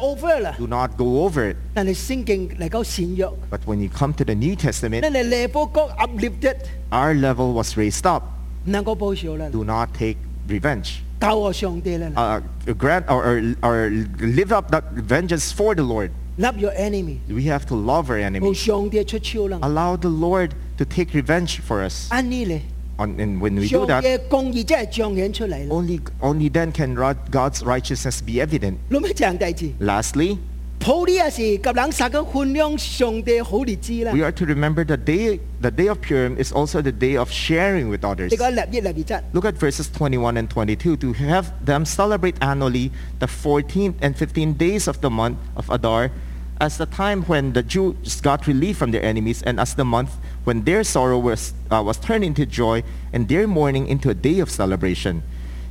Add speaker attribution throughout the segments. Speaker 1: over 啦。
Speaker 2: Do not go over it.
Speaker 1: 但係聖經嚟夠善約，
Speaker 2: But when you come to the New
Speaker 1: 你
Speaker 2: Testament,
Speaker 1: 嚟 level 高 uplifted，
Speaker 2: our level was raised up.
Speaker 1: 能夠保守啦。
Speaker 2: Do not take revenge.
Speaker 1: 教我上帝啦
Speaker 2: Uh, grant or, or, or live up that vengeance for the Lord.
Speaker 1: ，love your enemy，
Speaker 2: We have to love our
Speaker 1: 冇
Speaker 2: enemies.
Speaker 1: 上帝出手啦。
Speaker 2: Allow the Lord to take revenge for us.
Speaker 1: 安呢咧，
Speaker 2: On- and when we
Speaker 1: 上
Speaker 2: do
Speaker 1: 帝
Speaker 2: that,
Speaker 1: 嘅公義真係彰顯出嚟啦。
Speaker 2: only, only then can rod- God's righteousness be evident.
Speaker 1: 老尾鄭弟子，
Speaker 2: Lastly,
Speaker 1: 普呢有時夾冷殺嘅寬量上帝好日子啦。
Speaker 2: we are to remember the day, the day of Purim is also the day of sharing with others.
Speaker 1: 你講立一立二質，
Speaker 2: Look at verses 21 and 22 to have them celebrate annually the 14th and 15th days of the month of Adar as the time when the Jews got relief from their enemies and as the month when their sorrow was, uh, was turned into joy and their mourning into a day of celebration.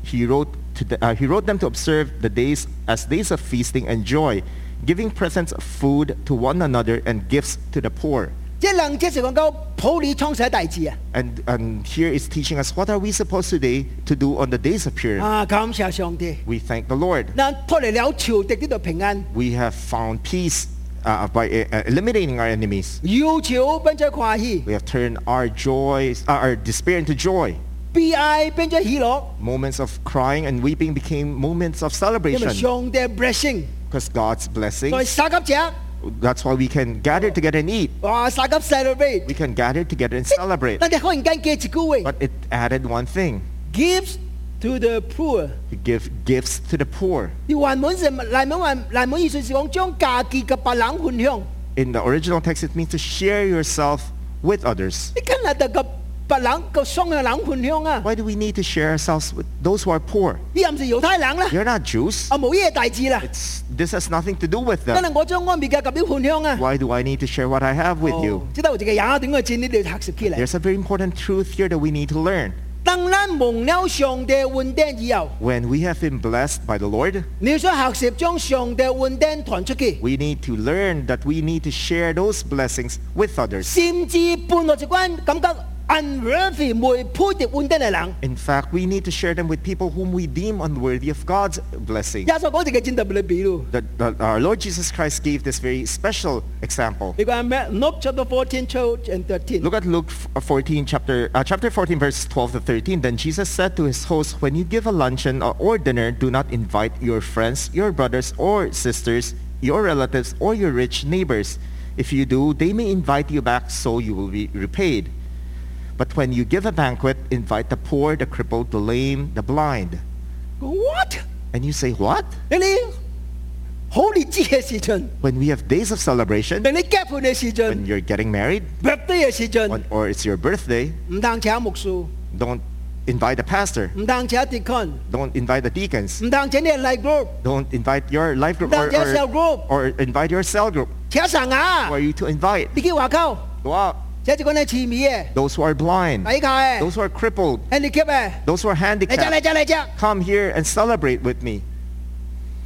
Speaker 2: He wrote, to the, uh, he wrote them to observe the days as days of feasting and joy, giving presents of food to one another and gifts to the poor.
Speaker 1: 即係能即時講到普呢創世大字啊！
Speaker 2: And, and here is teaching us what are we supposed today to do on the days of Purim.
Speaker 1: 啊，感謝上帝。
Speaker 2: We thank the Lord.
Speaker 1: 嗱，脱離了朝敵呢度平安，
Speaker 2: We have found peace uh, by uh, eliminating our enemies.
Speaker 1: 要朝變咗快喜，
Speaker 2: We have turned our joys, uh, our despair into joy.
Speaker 1: 悲哀變咗喜樂，
Speaker 2: Moments of crying and weeping became moments of
Speaker 1: 因為
Speaker 2: celebration
Speaker 1: 上帝 blessing
Speaker 2: because God's
Speaker 1: 在
Speaker 2: blessings.
Speaker 1: 撒急者，
Speaker 2: That's why we can gather together and eat.
Speaker 1: 哇撒急 celebrate，
Speaker 2: We can gather together and celebrate.
Speaker 1: 但係忽然間記住句話
Speaker 2: But it added one thing:
Speaker 1: ，gives to the poor。
Speaker 2: to give gifts to the poor.
Speaker 1: 要還滿是難滿還難滿意思是講將嫁結嘅白冷換香，
Speaker 2: In the original text, it means to share yourself with others.
Speaker 1: 你加拿大嘅白冷個雙嘅冷換香啊，
Speaker 2: Why do we need to share ourselves with those who are poor?
Speaker 1: 呢又唔是猶太冷啦，
Speaker 2: You're not Jews.
Speaker 1: 啊冇嘢大致啦，
Speaker 2: It's, this has nothing to do with
Speaker 1: 但
Speaker 2: them.
Speaker 1: 係我將安別嘅及啲換香啊，
Speaker 2: Why do I need to share what I have with
Speaker 1: 哦
Speaker 2: you?
Speaker 1: 知道我自己也點解戰呢啲黑色起嚟？
Speaker 2: There's a very important truth here that we need to learn.
Speaker 1: 當咱蒙了上帝恩典以後，
Speaker 2: When we have been blessed by the Lord,
Speaker 1: 你想學習將上帝恩典傳出去，
Speaker 2: we need to learn that we need to share those blessings with others.
Speaker 1: 甚至半落一關感覺 unworthy 沒配得恩典嘅人，
Speaker 2: In fact, we need to share them with people whom we deem unworthy of God's blessing.
Speaker 1: 耶穌講自己戰特別裏邊咯。
Speaker 2: That- that our Lord Jesus Christ gave this very special example.
Speaker 1: 你講咩？Luke chapter fourteen, twelve and thirteen。
Speaker 2: Look at Luke 14, chapter, uh, chapter 14, verse 12 to 13. Then Jesus said to his host, When you give a luncheon or, or dinner, do not invite your friends, your brothers or sisters, your relatives, or your rich neighbors. If you do, they may invite you back, so you will be repaid. But when you give a banquet, invite the poor, the crippled, the lame, the blind.
Speaker 1: What？
Speaker 2: And you say, What?
Speaker 1: 你哋好烈知嘅事情，
Speaker 2: When we have days of celebration,
Speaker 1: 令你結婚嘅事
Speaker 2: when
Speaker 1: 情，
Speaker 2: you're getting married,
Speaker 1: 入低嘅事情，
Speaker 2: when, or it's your birthday,
Speaker 1: 唔當請牧師，唔
Speaker 2: don't invite the pastor.
Speaker 1: 當請 deacon，
Speaker 2: Don't invite the deacons.
Speaker 1: 唔當請你嘅 life group，
Speaker 2: Don't invite your life group or,
Speaker 1: Invite your
Speaker 2: or-
Speaker 1: cell group.
Speaker 2: or invite your cell group.
Speaker 1: 請神
Speaker 2: Who
Speaker 1: 啊！
Speaker 2: are you to invite?
Speaker 1: 你叫話溝，
Speaker 2: Go out.
Speaker 1: 請一個人係慈眉嘅，
Speaker 2: Those who are blind.
Speaker 1: 睇下嘅
Speaker 2: Those who are crippled.
Speaker 1: handicap 嘅。
Speaker 2: Those who are
Speaker 1: 嚟啫嚟
Speaker 2: handicapped.
Speaker 1: 啫嚟啫，
Speaker 2: Come here and celebrate with me.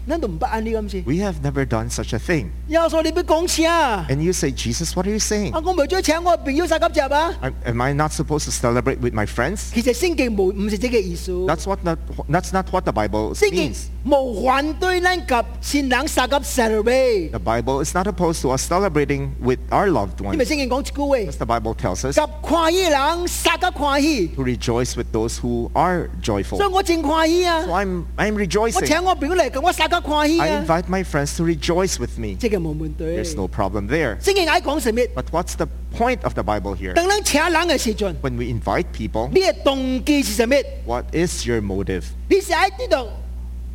Speaker 1: 咱都唔不安呢咁事。
Speaker 2: We have never done such a thing.
Speaker 1: 有數你俾講錢啊！
Speaker 2: And you say, Jesus, what are you saying?
Speaker 1: 啊，我咪將請我朋友殺急集啊！
Speaker 2: Am- am I not supposed to celebrate with my friends?
Speaker 1: 其實聖經無唔是這個意思。
Speaker 2: That's what not, that's not what the Bible
Speaker 1: 聖經
Speaker 2: means.
Speaker 1: 無反對咱及善人殺急 celebrate，
Speaker 2: The Bible is not opposed to us celebrating with our loved
Speaker 1: 因為
Speaker 2: ones.
Speaker 1: 聖經講一句話：
Speaker 2: Because the Bible tells us
Speaker 1: 及快喜人殺急快喜。
Speaker 2: to rejoice with those who are
Speaker 1: 所以
Speaker 2: joyful.
Speaker 1: 我正快喜啊
Speaker 2: So！I'm, I'm
Speaker 1: 我
Speaker 2: rejoicing.
Speaker 1: 請我朋友嚟，咁我殺急快喜
Speaker 2: I
Speaker 1: 啊！
Speaker 2: invite my friends to rejoice with me.
Speaker 1: 即係冇問對。
Speaker 2: There's
Speaker 1: 聖
Speaker 2: no problem there.
Speaker 1: 經嗌講什麼？
Speaker 2: But what's the point of the Bible here?
Speaker 1: 當咱請人嘅時陣，
Speaker 2: When we invite people,
Speaker 1: 你嘅動機是什麼？
Speaker 2: what is your motive?
Speaker 1: 你是喺呢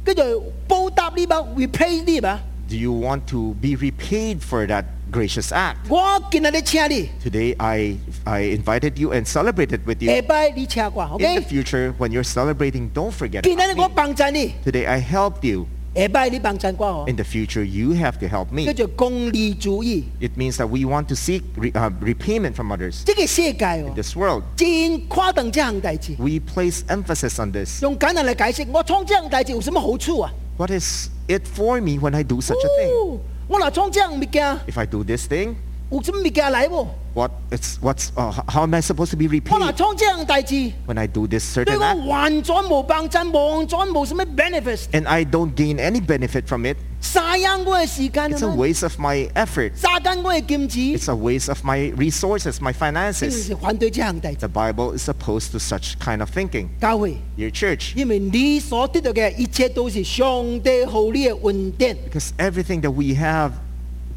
Speaker 1: 度叫做報答呢吧，repay 呢吧？
Speaker 2: Do you want to be repaid for that gracious act?
Speaker 1: 我見到你請你。
Speaker 2: Today I, I invited you and celebrated with you.
Speaker 1: 下擺你請我
Speaker 2: In the
Speaker 1: ，OK？
Speaker 2: future, when you're celebrating, don't forget
Speaker 1: 今日
Speaker 2: about
Speaker 1: 我
Speaker 2: me.
Speaker 1: 幫襯你，
Speaker 2: Today I helped you.
Speaker 1: 下擺你幫襯我哦
Speaker 2: In，the future, you have to help
Speaker 1: 叫
Speaker 2: me.
Speaker 1: 做功利主義。
Speaker 2: It means that we want to seek re- uh, repayment from others.
Speaker 1: 即個世界
Speaker 2: In
Speaker 1: 哦，
Speaker 2: this world,
Speaker 1: 真誇張這項代志。
Speaker 2: we place emphasis on this.
Speaker 1: 用簡單嚟解釋，我創這項代志有什麼好處啊？
Speaker 2: What is it for me when I do such a thing?
Speaker 1: 哦我嗱創這項物件，
Speaker 2: If I do this thing,
Speaker 1: 有什麼物件來無？
Speaker 2: What it's what's uh, h- how am I supposed to be
Speaker 1: 我若
Speaker 2: repaid
Speaker 1: 創這樣代志，
Speaker 2: when I do this
Speaker 1: 對
Speaker 2: certain
Speaker 1: 我
Speaker 2: act
Speaker 1: 完全無幫助，完全無什麼 benefits，
Speaker 2: and I don't gain any benefit from it?
Speaker 1: 嘥緊我嘅時間
Speaker 2: It's a
Speaker 1: 啊嘛，
Speaker 2: waste of my effort.
Speaker 1: 嘥緊我嘅金錢，
Speaker 2: It's a waste of my resources, my
Speaker 1: 呢
Speaker 2: finances.
Speaker 1: 是反對這項代志。
Speaker 2: The Bible is opposed to such kind of thinking.
Speaker 1: 教會，
Speaker 2: Your church,
Speaker 1: 因為你所得到嘅一切都是上帝好你嘅恩典，
Speaker 2: because everything that we have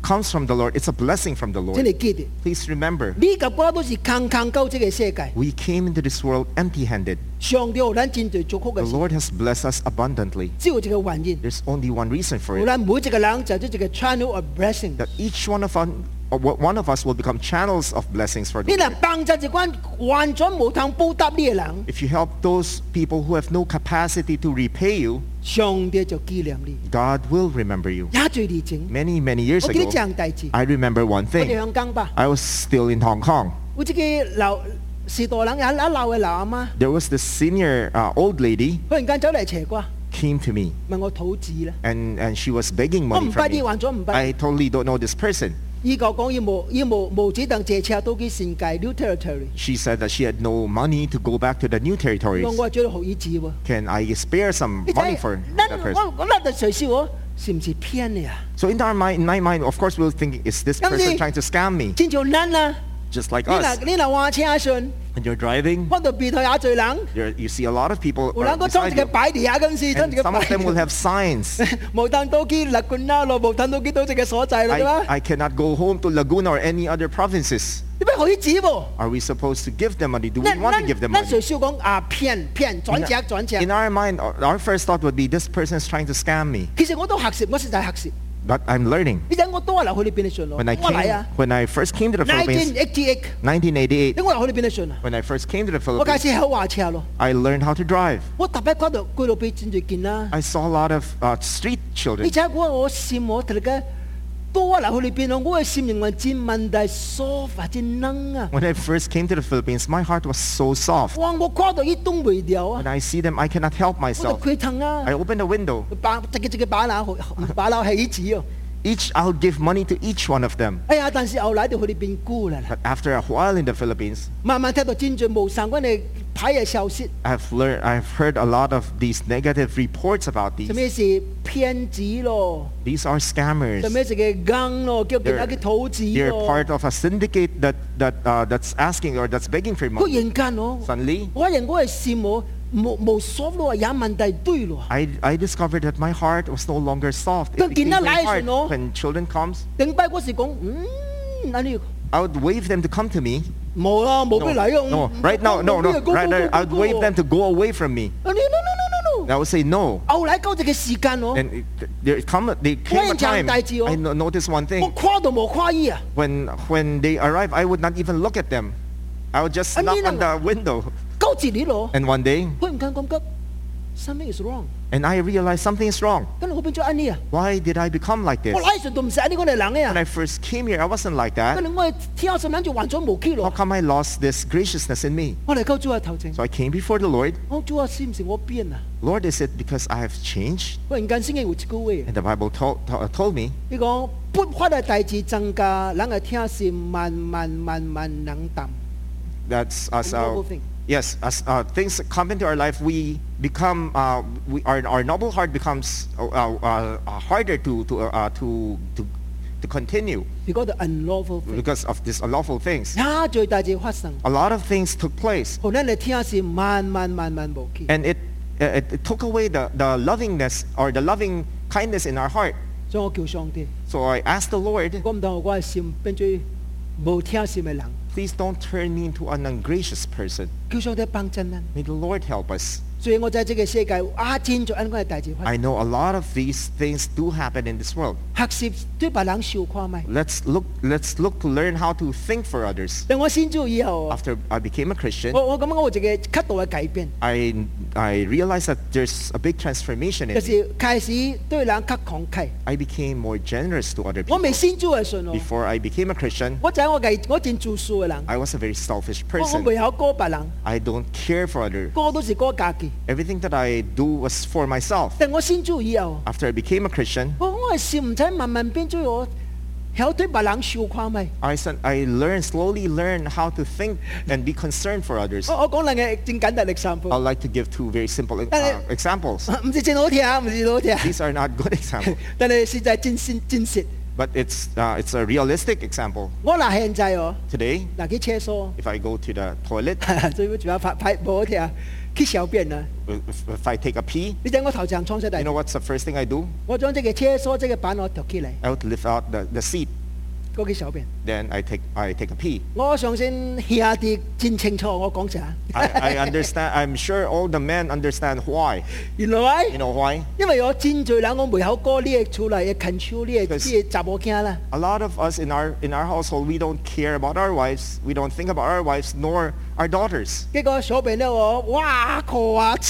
Speaker 2: comes from the Lord. It's a blessing from the
Speaker 1: 請
Speaker 2: Lord.
Speaker 1: 你記住，
Speaker 2: Please remember,
Speaker 1: 你及我都是空空到這個世界，
Speaker 2: we came into this world empty-handed.
Speaker 1: 上帝互咱真多祝福
Speaker 2: The
Speaker 1: 嘅事，
Speaker 2: Lord has blessed us abundantly.
Speaker 1: 只有一個原因，
Speaker 2: There's only one reason for
Speaker 1: 互
Speaker 2: it:
Speaker 1: 咱每一個人就做一個 channel of blessing。
Speaker 2: that each one of us, one of us, will become channels of blessings for
Speaker 1: 你
Speaker 2: the
Speaker 1: 若
Speaker 2: Lord.
Speaker 1: 幫助一關完全無通報答你嘅人，
Speaker 2: If you help those people who have no capacity to repay you,
Speaker 1: 上帝就紀念你。
Speaker 2: God will remember you.
Speaker 1: 也最熱情。
Speaker 2: Many, many years
Speaker 1: 我記得
Speaker 2: ago,
Speaker 1: 這樣代志，
Speaker 2: I remember one
Speaker 1: 我哋
Speaker 2: thing.
Speaker 1: 香港吧，
Speaker 2: I was still in Hong Kong.
Speaker 1: 有一個老士大人，也老老嘅老阿媽，
Speaker 2: There was this senior uh, old lady
Speaker 1: 忽然間走嚟斜瓜，
Speaker 2: came to me
Speaker 1: 問我肚子啦。
Speaker 2: and, and she was begging
Speaker 1: 我
Speaker 2: money
Speaker 1: 唔捌
Speaker 2: from
Speaker 1: 你，
Speaker 2: me.
Speaker 1: 還咗唔捌。
Speaker 2: I totally don't know this person.
Speaker 1: 依個講伊無伊無無指定借車到去新界 New Territory，
Speaker 2: She said that she had no money to go back to the new
Speaker 1: 我
Speaker 2: territories.
Speaker 1: 我做學伊字喎。
Speaker 2: Can I spare some
Speaker 1: 你
Speaker 2: money for
Speaker 1: 睇，
Speaker 2: that
Speaker 1: 咱
Speaker 2: person?
Speaker 1: 我我那就誰笑我，是唔是騙你啊？
Speaker 2: So in our mind, in my mind, of course, we will think, is this
Speaker 1: Yang
Speaker 2: person
Speaker 1: Ji.
Speaker 2: trying to scam me?
Speaker 1: 正像咱啊，
Speaker 2: Just like
Speaker 1: 你
Speaker 2: us.
Speaker 1: 若你若換車信，
Speaker 2: When you're driving,
Speaker 1: 我到邊頭也最人。
Speaker 2: you're, you see a lot of people
Speaker 1: 有
Speaker 2: are
Speaker 1: 人講裝
Speaker 2: beside
Speaker 1: 一個
Speaker 2: you,
Speaker 1: 擺地下咁事，裝
Speaker 2: and
Speaker 1: 一個
Speaker 2: some
Speaker 1: 擺
Speaker 2: of them will
Speaker 1: 地
Speaker 2: have signs.
Speaker 1: 無等到去立棍啦，咯，無等到去到一個所在啦，對吧
Speaker 2: I,？I cannot go home to Laguna or any other provinces.
Speaker 1: 你咪可以指喎？
Speaker 2: Are we supposed to give them money? Do we
Speaker 1: 咱
Speaker 2: want to
Speaker 1: 咱
Speaker 2: give them
Speaker 1: 咱
Speaker 2: money?
Speaker 1: 誰少講啊騙騙轉折轉
Speaker 2: In
Speaker 1: 折？
Speaker 2: our mind, our our first thought would be, this person is trying to scam me.
Speaker 1: 其實我都學習，我實在學習。
Speaker 2: But I'm learning.
Speaker 1: 你睇我都係留去你邊度信咯？我
Speaker 2: When I, came,
Speaker 1: 嚟啊
Speaker 2: when I first came to the Philippines,
Speaker 1: ，nineteen eighty
Speaker 2: 1988,
Speaker 1: eight，你我留去你邊度信啊？
Speaker 2: when I first came to the
Speaker 1: 我開
Speaker 2: Philippines,
Speaker 1: 始考華車咯，
Speaker 2: I learned how to drive.
Speaker 1: 我特別嗰度居路俾真最見啦。
Speaker 2: I saw a lot of uh, street
Speaker 1: 你
Speaker 2: children.
Speaker 1: 睇我我羨慕特嘅，都係留去你邊度？我嘅心認為真問題疏忽真能啊！
Speaker 2: When I first came to the Philippines, my heart was so soft.
Speaker 1: 哇！我跨到一東未掉啊
Speaker 2: When！I see them, I cannot help
Speaker 1: 我就
Speaker 2: myself.
Speaker 1: 佢騰啊
Speaker 2: I！open the window.
Speaker 1: 把即嘅即嘅把樓， 把樓起子哦。
Speaker 2: Each, I'll give money to each one of them.
Speaker 1: 哎呀，但是後來就去你邊估啦。
Speaker 2: But after a while in the Philippines,
Speaker 1: 慢慢聽到戰場無神軍嘅牌嘅消息，
Speaker 2: I've learned, I've heard a lot of these negative reports about these.
Speaker 1: 就咩事騙子咯，
Speaker 2: These are
Speaker 1: 就
Speaker 2: scammers.
Speaker 1: 咩事嘅gang 咯，叫其他嘅土子
Speaker 2: They're
Speaker 1: 咯。
Speaker 2: part of a syndicate that, that, uh, that's asking or that's begging for
Speaker 1: 忽
Speaker 2: money.
Speaker 1: 然間哦，
Speaker 2: Suddenly,
Speaker 1: 我人我係羨慕無無所咯，也問題堆咯。
Speaker 2: I, I discovered that my heart was no longer soft. It
Speaker 1: Kung
Speaker 2: became very
Speaker 1: kinalayo,
Speaker 2: hard.
Speaker 1: no?
Speaker 2: When children comes,
Speaker 1: 頂拜嗰時講，嗯，嗱你
Speaker 2: I would wave them to come to me.
Speaker 1: 冇啦，冇
Speaker 2: No,
Speaker 1: 俾嚟啊。
Speaker 2: no,
Speaker 1: 嗯
Speaker 2: right now, no,
Speaker 1: 冇
Speaker 2: no,
Speaker 1: 俾嚟，go, mm, go,
Speaker 2: right
Speaker 1: go,
Speaker 2: now,
Speaker 1: go,
Speaker 2: I would
Speaker 1: go。
Speaker 2: wave them to go away from me.
Speaker 1: 啊你 no no no no
Speaker 2: And
Speaker 1: no。
Speaker 2: I would say no.
Speaker 1: 後來交直嘅時間哦，
Speaker 2: And it, there come, they came a
Speaker 1: Walang
Speaker 2: time.
Speaker 1: tiyang-tay, Gio.
Speaker 2: I no- noticed one
Speaker 1: 我
Speaker 2: thing.
Speaker 1: 跨都冇跨依啊。
Speaker 2: When, when they arrive, I would not even look at them. I would just
Speaker 1: Ano
Speaker 2: knock
Speaker 1: yun
Speaker 2: on the window.
Speaker 1: 高自你咯，
Speaker 2: And one day,
Speaker 1: 忽然間咁急，something is wrong，
Speaker 2: and I realized something is wrong.
Speaker 1: 跟住我變咗安呢啊，
Speaker 2: Why did I become like this?
Speaker 1: 我拉上都唔使安呢個嚟冷嘅
Speaker 2: When
Speaker 1: 啊，
Speaker 2: I first came here, I wasn't like
Speaker 1: 跟
Speaker 2: that.
Speaker 1: 住我係天下上諗住還咗無期
Speaker 2: How
Speaker 1: 咯，
Speaker 2: come I lost this graciousness in me?
Speaker 1: 我嚟救主啊頭前，
Speaker 2: So I came before the Lord.
Speaker 1: 我主啊是唔是我變啊？
Speaker 2: Lord, is it because I have changed?
Speaker 1: 忽然間先嘅活高位啊，
Speaker 2: And the Bible told, to- uh, told me
Speaker 1: 你講不法嘅大字增加，冷係天下是慢慢慢慢冷淡，
Speaker 2: that's as
Speaker 1: noble
Speaker 2: our,
Speaker 1: thing.
Speaker 2: yes, as uh, things come into our life, we become, uh, we, our, our noble heart becomes uh, uh, uh, harder to, to, uh, uh, to, to, to continue
Speaker 1: 如果 the unlawful thing，
Speaker 2: because of these unlawful things.
Speaker 1: 也最大字發生，
Speaker 2: A lot of things took place
Speaker 1: 可能你天下是慢慢慢慢無期，
Speaker 2: and it, uh, it, it took away the, the lovingness or the loving kindness in our heart.
Speaker 1: 所以我叫上帝，
Speaker 2: So I asked the Lord,
Speaker 1: 我唔當我嘅心變咗無天下嘅人，
Speaker 2: please don't turn me into an ungracious person.
Speaker 1: 叫上帝幫襯啊！
Speaker 2: May the Lord help us.
Speaker 1: 所以我就喺這個世界啊，戰咗恩關嘅大字，
Speaker 2: I know a lot of these things do happen in this world.
Speaker 1: 學習對別人笑誇咪。
Speaker 2: Let's look, let's look to learn how to think for others.
Speaker 1: 但我先知以後，
Speaker 2: After I became a Christian,
Speaker 1: 我我咁我有一個極度嘅改變，
Speaker 2: I, I realized that there's a big transformation
Speaker 1: 就
Speaker 2: in me.
Speaker 1: 是開始對人較慷慨。
Speaker 2: I became more generous to other
Speaker 1: 我
Speaker 2: people.
Speaker 1: 未先知嘅信哦，
Speaker 2: Before I became a Christian,
Speaker 1: 我就係我嘅我真做數嘅人，
Speaker 2: I was a very selfish
Speaker 1: 我我
Speaker 2: person.
Speaker 1: 未考過別人，
Speaker 2: I don't care for others.
Speaker 1: 過都是過家己。
Speaker 2: Everything that I do was for myself.
Speaker 1: 但我先知以後，
Speaker 2: After I became a Christian,
Speaker 1: 我我係試唔使慢慢變咗我晓对别人想看咪？
Speaker 2: I, sen- I learned, slowly learn how to think and be concerned for others.
Speaker 1: 我我講兩個正簡單嘅 example，
Speaker 2: I'd like to give two very simple uh,
Speaker 1: Dale.
Speaker 2: examples.
Speaker 1: 唔是正好聽，唔是正好聽，啊
Speaker 2: These are not good examples,
Speaker 1: 但係實在真真真實。
Speaker 2: but it's, uh, it's a realistic example.
Speaker 1: 我嗱限制哦，
Speaker 2: Today,
Speaker 1: 嗱去廁所，
Speaker 2: if I go to the toilet,
Speaker 1: 最要仲有拍拍唔好聽，去小便啊！
Speaker 2: if, if I take a pee,
Speaker 1: 你睇我頭上創出
Speaker 2: you
Speaker 1: 嚟
Speaker 2: know，what's the first thing I do?
Speaker 1: 我將即個廁所即個板我趌起嚟，
Speaker 2: I would lift out the, the seat,
Speaker 1: 嗰個小便。
Speaker 2: then I take, I take a pee.
Speaker 1: 我相信兄弟真清楚，我講啥？
Speaker 2: I, I understand, I'm sure all the men understand why.
Speaker 1: 原來
Speaker 2: You know why?
Speaker 1: 因為我真最冷，我門口哥呢個厝嚟嘅 control 呢個
Speaker 2: Because-
Speaker 1: 呢個雜我驚啦。
Speaker 2: A lot of us in our, in our household, we don't care about our wives, we don't think about our wives, nor our daughters.
Speaker 1: 結果小便咧我哇個啊，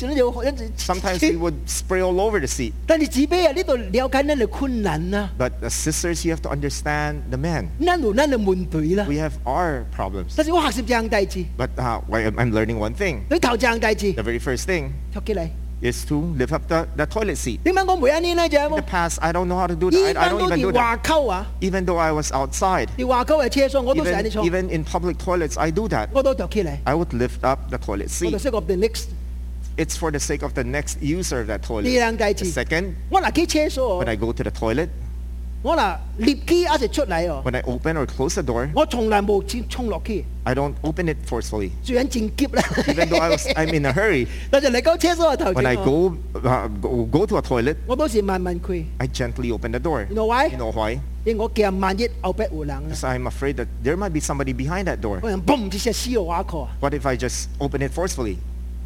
Speaker 1: 咁樣就一直
Speaker 2: Sometimes we would spray all over the seat.
Speaker 1: 但係自卑啊，呢度了解呢度困難啊，
Speaker 2: But uh, sisters, you have to understand the men.
Speaker 1: 呢度呢度悶隊啦。
Speaker 2: We have our problems.
Speaker 1: 但是我學習正弟子，
Speaker 2: But uh, well, I'm I'm learning one thing.
Speaker 1: 你頭正弟子
Speaker 2: The very first thing
Speaker 1: 托起嚟。
Speaker 2: is to lift up the, the toilet seat.
Speaker 1: 點解我每一年咧就
Speaker 2: In the
Speaker 1: 係
Speaker 2: past, I don't know how to do
Speaker 1: 依
Speaker 2: that. 嗯 I, I
Speaker 1: 班
Speaker 2: don't
Speaker 1: 都
Speaker 2: even do
Speaker 1: 電
Speaker 2: that.
Speaker 1: 話溝啊，
Speaker 2: Even though I was outside,
Speaker 1: 電話溝係車廂，我都成日
Speaker 2: even,
Speaker 1: 錯，
Speaker 2: even in public toilets, I do that.
Speaker 1: 我都托起嚟，
Speaker 2: I would lift up the toilet
Speaker 1: 我
Speaker 2: seat.
Speaker 1: 就識個 the next。
Speaker 2: It's for the sake of the next user of that toilet.
Speaker 1: Bilang
Speaker 2: The
Speaker 1: tayo, Chi.
Speaker 2: second,
Speaker 1: 我嗱幾車廂
Speaker 2: when
Speaker 1: 啊，
Speaker 2: I go to the toilet,
Speaker 1: 我嗱列機一直出嚟哦，
Speaker 2: when I open or close the door,
Speaker 1: 我從來冇衝衝落機，
Speaker 2: I don't open it forcefully.
Speaker 1: 最緊正劫啦。
Speaker 2: Even though I was, I'm in a hurry,
Speaker 1: 但係嚟鳩車廂嘅頭
Speaker 2: when I
Speaker 1: 先我，
Speaker 2: go, uh, go, go to a toilet,
Speaker 1: 哦我到時問問佢，
Speaker 2: I gently open the door.
Speaker 1: You know why?
Speaker 2: You know why?
Speaker 1: 因為我驚萬一後壁護冷啊，
Speaker 2: Because I'm afraid that there might be somebody behind that door.
Speaker 1: 我人嘣一聲燒我一個啊，
Speaker 2: What if I just open it forcefully?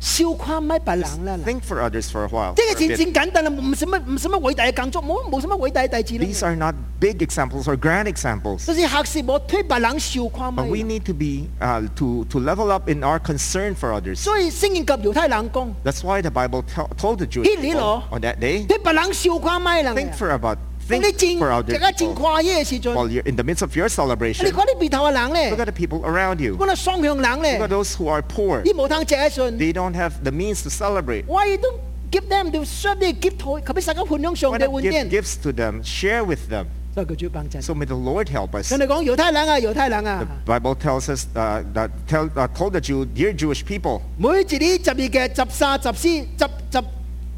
Speaker 1: 燒垮咪白冷啦。嗱
Speaker 2: Think for others for a while.
Speaker 1: 即
Speaker 2: for a
Speaker 1: 係戰
Speaker 2: bit.
Speaker 1: 戰簡單啦，唔使乜唔使乜偉大嘅建築，冇冇使乜偉大嘅弟子
Speaker 2: These
Speaker 1: 啦。
Speaker 2: are not big examples or grand examples.
Speaker 1: 所以嚇死我，推白冷笑誇
Speaker 2: But we
Speaker 1: 咪。
Speaker 2: need to be uh, to, to level up in our concern for others.
Speaker 1: 所以聖經及猶太人講，
Speaker 2: That's why the Bible tell told the Jewish
Speaker 1: Hindi,
Speaker 2: people
Speaker 1: no?
Speaker 2: on that day,
Speaker 1: 推白冷笑誇咪啦。
Speaker 2: think
Speaker 1: 你
Speaker 2: for about think
Speaker 1: 正
Speaker 2: for others
Speaker 1: 大家正
Speaker 2: people
Speaker 1: 跨嘢嘅時陣，
Speaker 2: while you're in the midst of your
Speaker 1: 你
Speaker 2: celebration.
Speaker 1: 講啲鼻頭嘅人
Speaker 2: Look
Speaker 1: 咧
Speaker 2: at，the people around you.
Speaker 1: 嗰啲雙向人
Speaker 2: Look
Speaker 1: 咧
Speaker 2: at，those who are poor.
Speaker 1: 啲無糖者嘅信，
Speaker 2: They don't have the means to celebrate.
Speaker 1: 我亦都 give them to serve 啲 give 台，求俾世界判享上
Speaker 2: Why
Speaker 1: 帝
Speaker 2: not
Speaker 1: 換
Speaker 2: give
Speaker 1: 恩。
Speaker 2: gifts to them? Share with them.
Speaker 1: 所以佢主幫襯。
Speaker 2: So may the Lord help us.
Speaker 1: 人哋講猶太人啊，猶太人
Speaker 2: The
Speaker 1: 啊，
Speaker 2: Bible tells us uh, that tell, uh, told the Jew, dear Jewish people,
Speaker 1: 每自己集二嘅集沙集施集集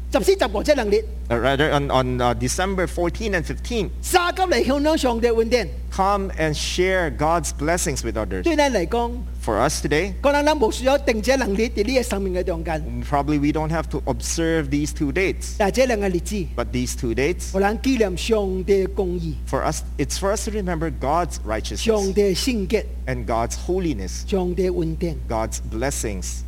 Speaker 1: 集施集和者能力，
Speaker 2: uh, rather on, on uh, December 14 and 15,
Speaker 1: 沙金嚟向享上帝換恩。
Speaker 2: come and share God's blessings with others.
Speaker 1: 對你嚟講。
Speaker 2: For us today,
Speaker 1: 嗰兩粒無數有定者能力喺呢個生命嘅中間，
Speaker 2: probably we don't have to observe these two dates,
Speaker 1: 但係這兩個例子，
Speaker 2: but these two dates,
Speaker 1: 我諗紀念上帝嘅公義、
Speaker 2: for us, it's for us to remember God's
Speaker 1: 上
Speaker 2: righteousness
Speaker 1: 帝嘅聖潔、
Speaker 2: and God's holiness,
Speaker 1: 上帝嘅恩典，
Speaker 2: God's blessings.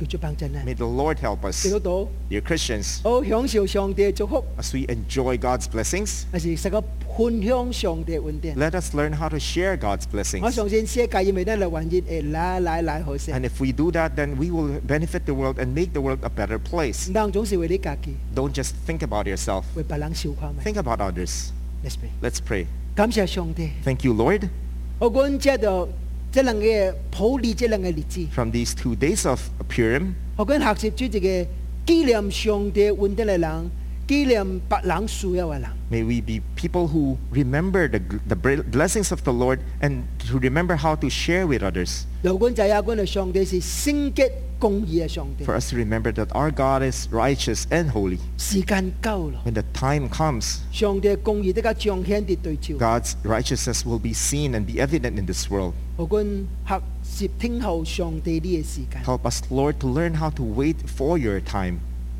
Speaker 1: 叫做幫襯啊！
Speaker 2: May the Lord help us,
Speaker 1: 見得到，
Speaker 2: dear Christians,
Speaker 1: 好享受上帝嘅祝福，
Speaker 2: as we enjoy God's blessings.
Speaker 1: 還是實個分享上帝嘅恩典。
Speaker 2: Let us learn how to share God's
Speaker 1: 我
Speaker 2: blessings.
Speaker 1: 相信世界因為呢嚟還熱誒奶奶奶好些，
Speaker 2: And if we do that, then we will benefit the world and make the world a better place.
Speaker 1: 唔通總是為你自己，
Speaker 2: Don't just think about yourself.
Speaker 1: 為別人笑話咪
Speaker 2: Think about others.
Speaker 1: ？Let's pray，
Speaker 2: Let's pray.
Speaker 1: 感謝上帝，
Speaker 2: Thank you, Lord,
Speaker 1: 我感謝到這兩個普利這兩個例子，
Speaker 2: from these two days of Purim.
Speaker 1: 學緊學習主席嘅紀念上帝換得嘅人，紀念白冷樹一嘅人。
Speaker 2: May we be people who remember the, the br- blessings of the Lord and to remember how to share with others.
Speaker 1: 刘君仔啊，君係上帝是聖潔公義嘅上帝
Speaker 2: For。us to remember that our God is righteous and holy.
Speaker 1: 時間夠啦，
Speaker 2: When the time comes,
Speaker 1: 上帝嘅公義得家彰顯啲對照。
Speaker 2: God's righteousness will be seen and be evident in this world.
Speaker 1: 何君學舌聽候上帝呢個時間，
Speaker 2: Help us, Lord, to learn how to wait for your time.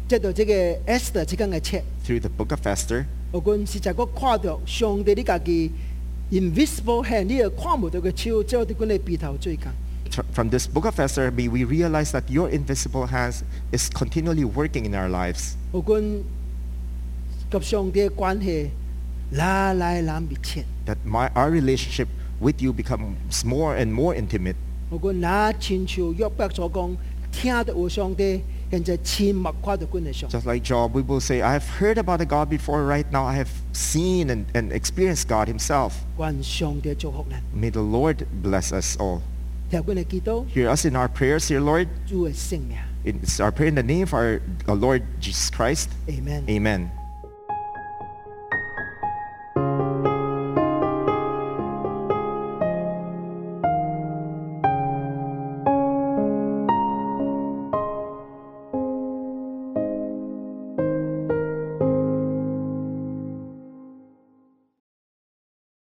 Speaker 1: 即到即嘅 Esther 之間嘅尺，
Speaker 2: Through the book of Esther,
Speaker 1: 何君是就個跨度上帝呢家嘅 invisible hand 呢個跨唔到嘅超，即係我哋君嘅鼻頭最近。
Speaker 2: tr- from this book of Esther, may we realize that your invisible hands is continually working in our lives.
Speaker 1: 何君及上帝嘅關係拉拉攬密切，
Speaker 2: That my, our relationship with you becomes more and more intimate.
Speaker 1: 何君那前朝約伯所講，聽得我上帝，人就切莫跨到君嘅上帝。
Speaker 2: Just like Job, we will say, I have heard about a God before. Right now, I have seen and, and experienced God himself.
Speaker 1: 願上帝祝福你。
Speaker 2: May the Lord bless us all.
Speaker 1: 聽君嘅祈禱，
Speaker 2: Hear us in our prayers, dear Lord.
Speaker 1: 主嘅聖名
Speaker 2: It's our prayer in the name of our uh, Lord Jesus Christ.
Speaker 1: ，Amen。
Speaker 2: Amen.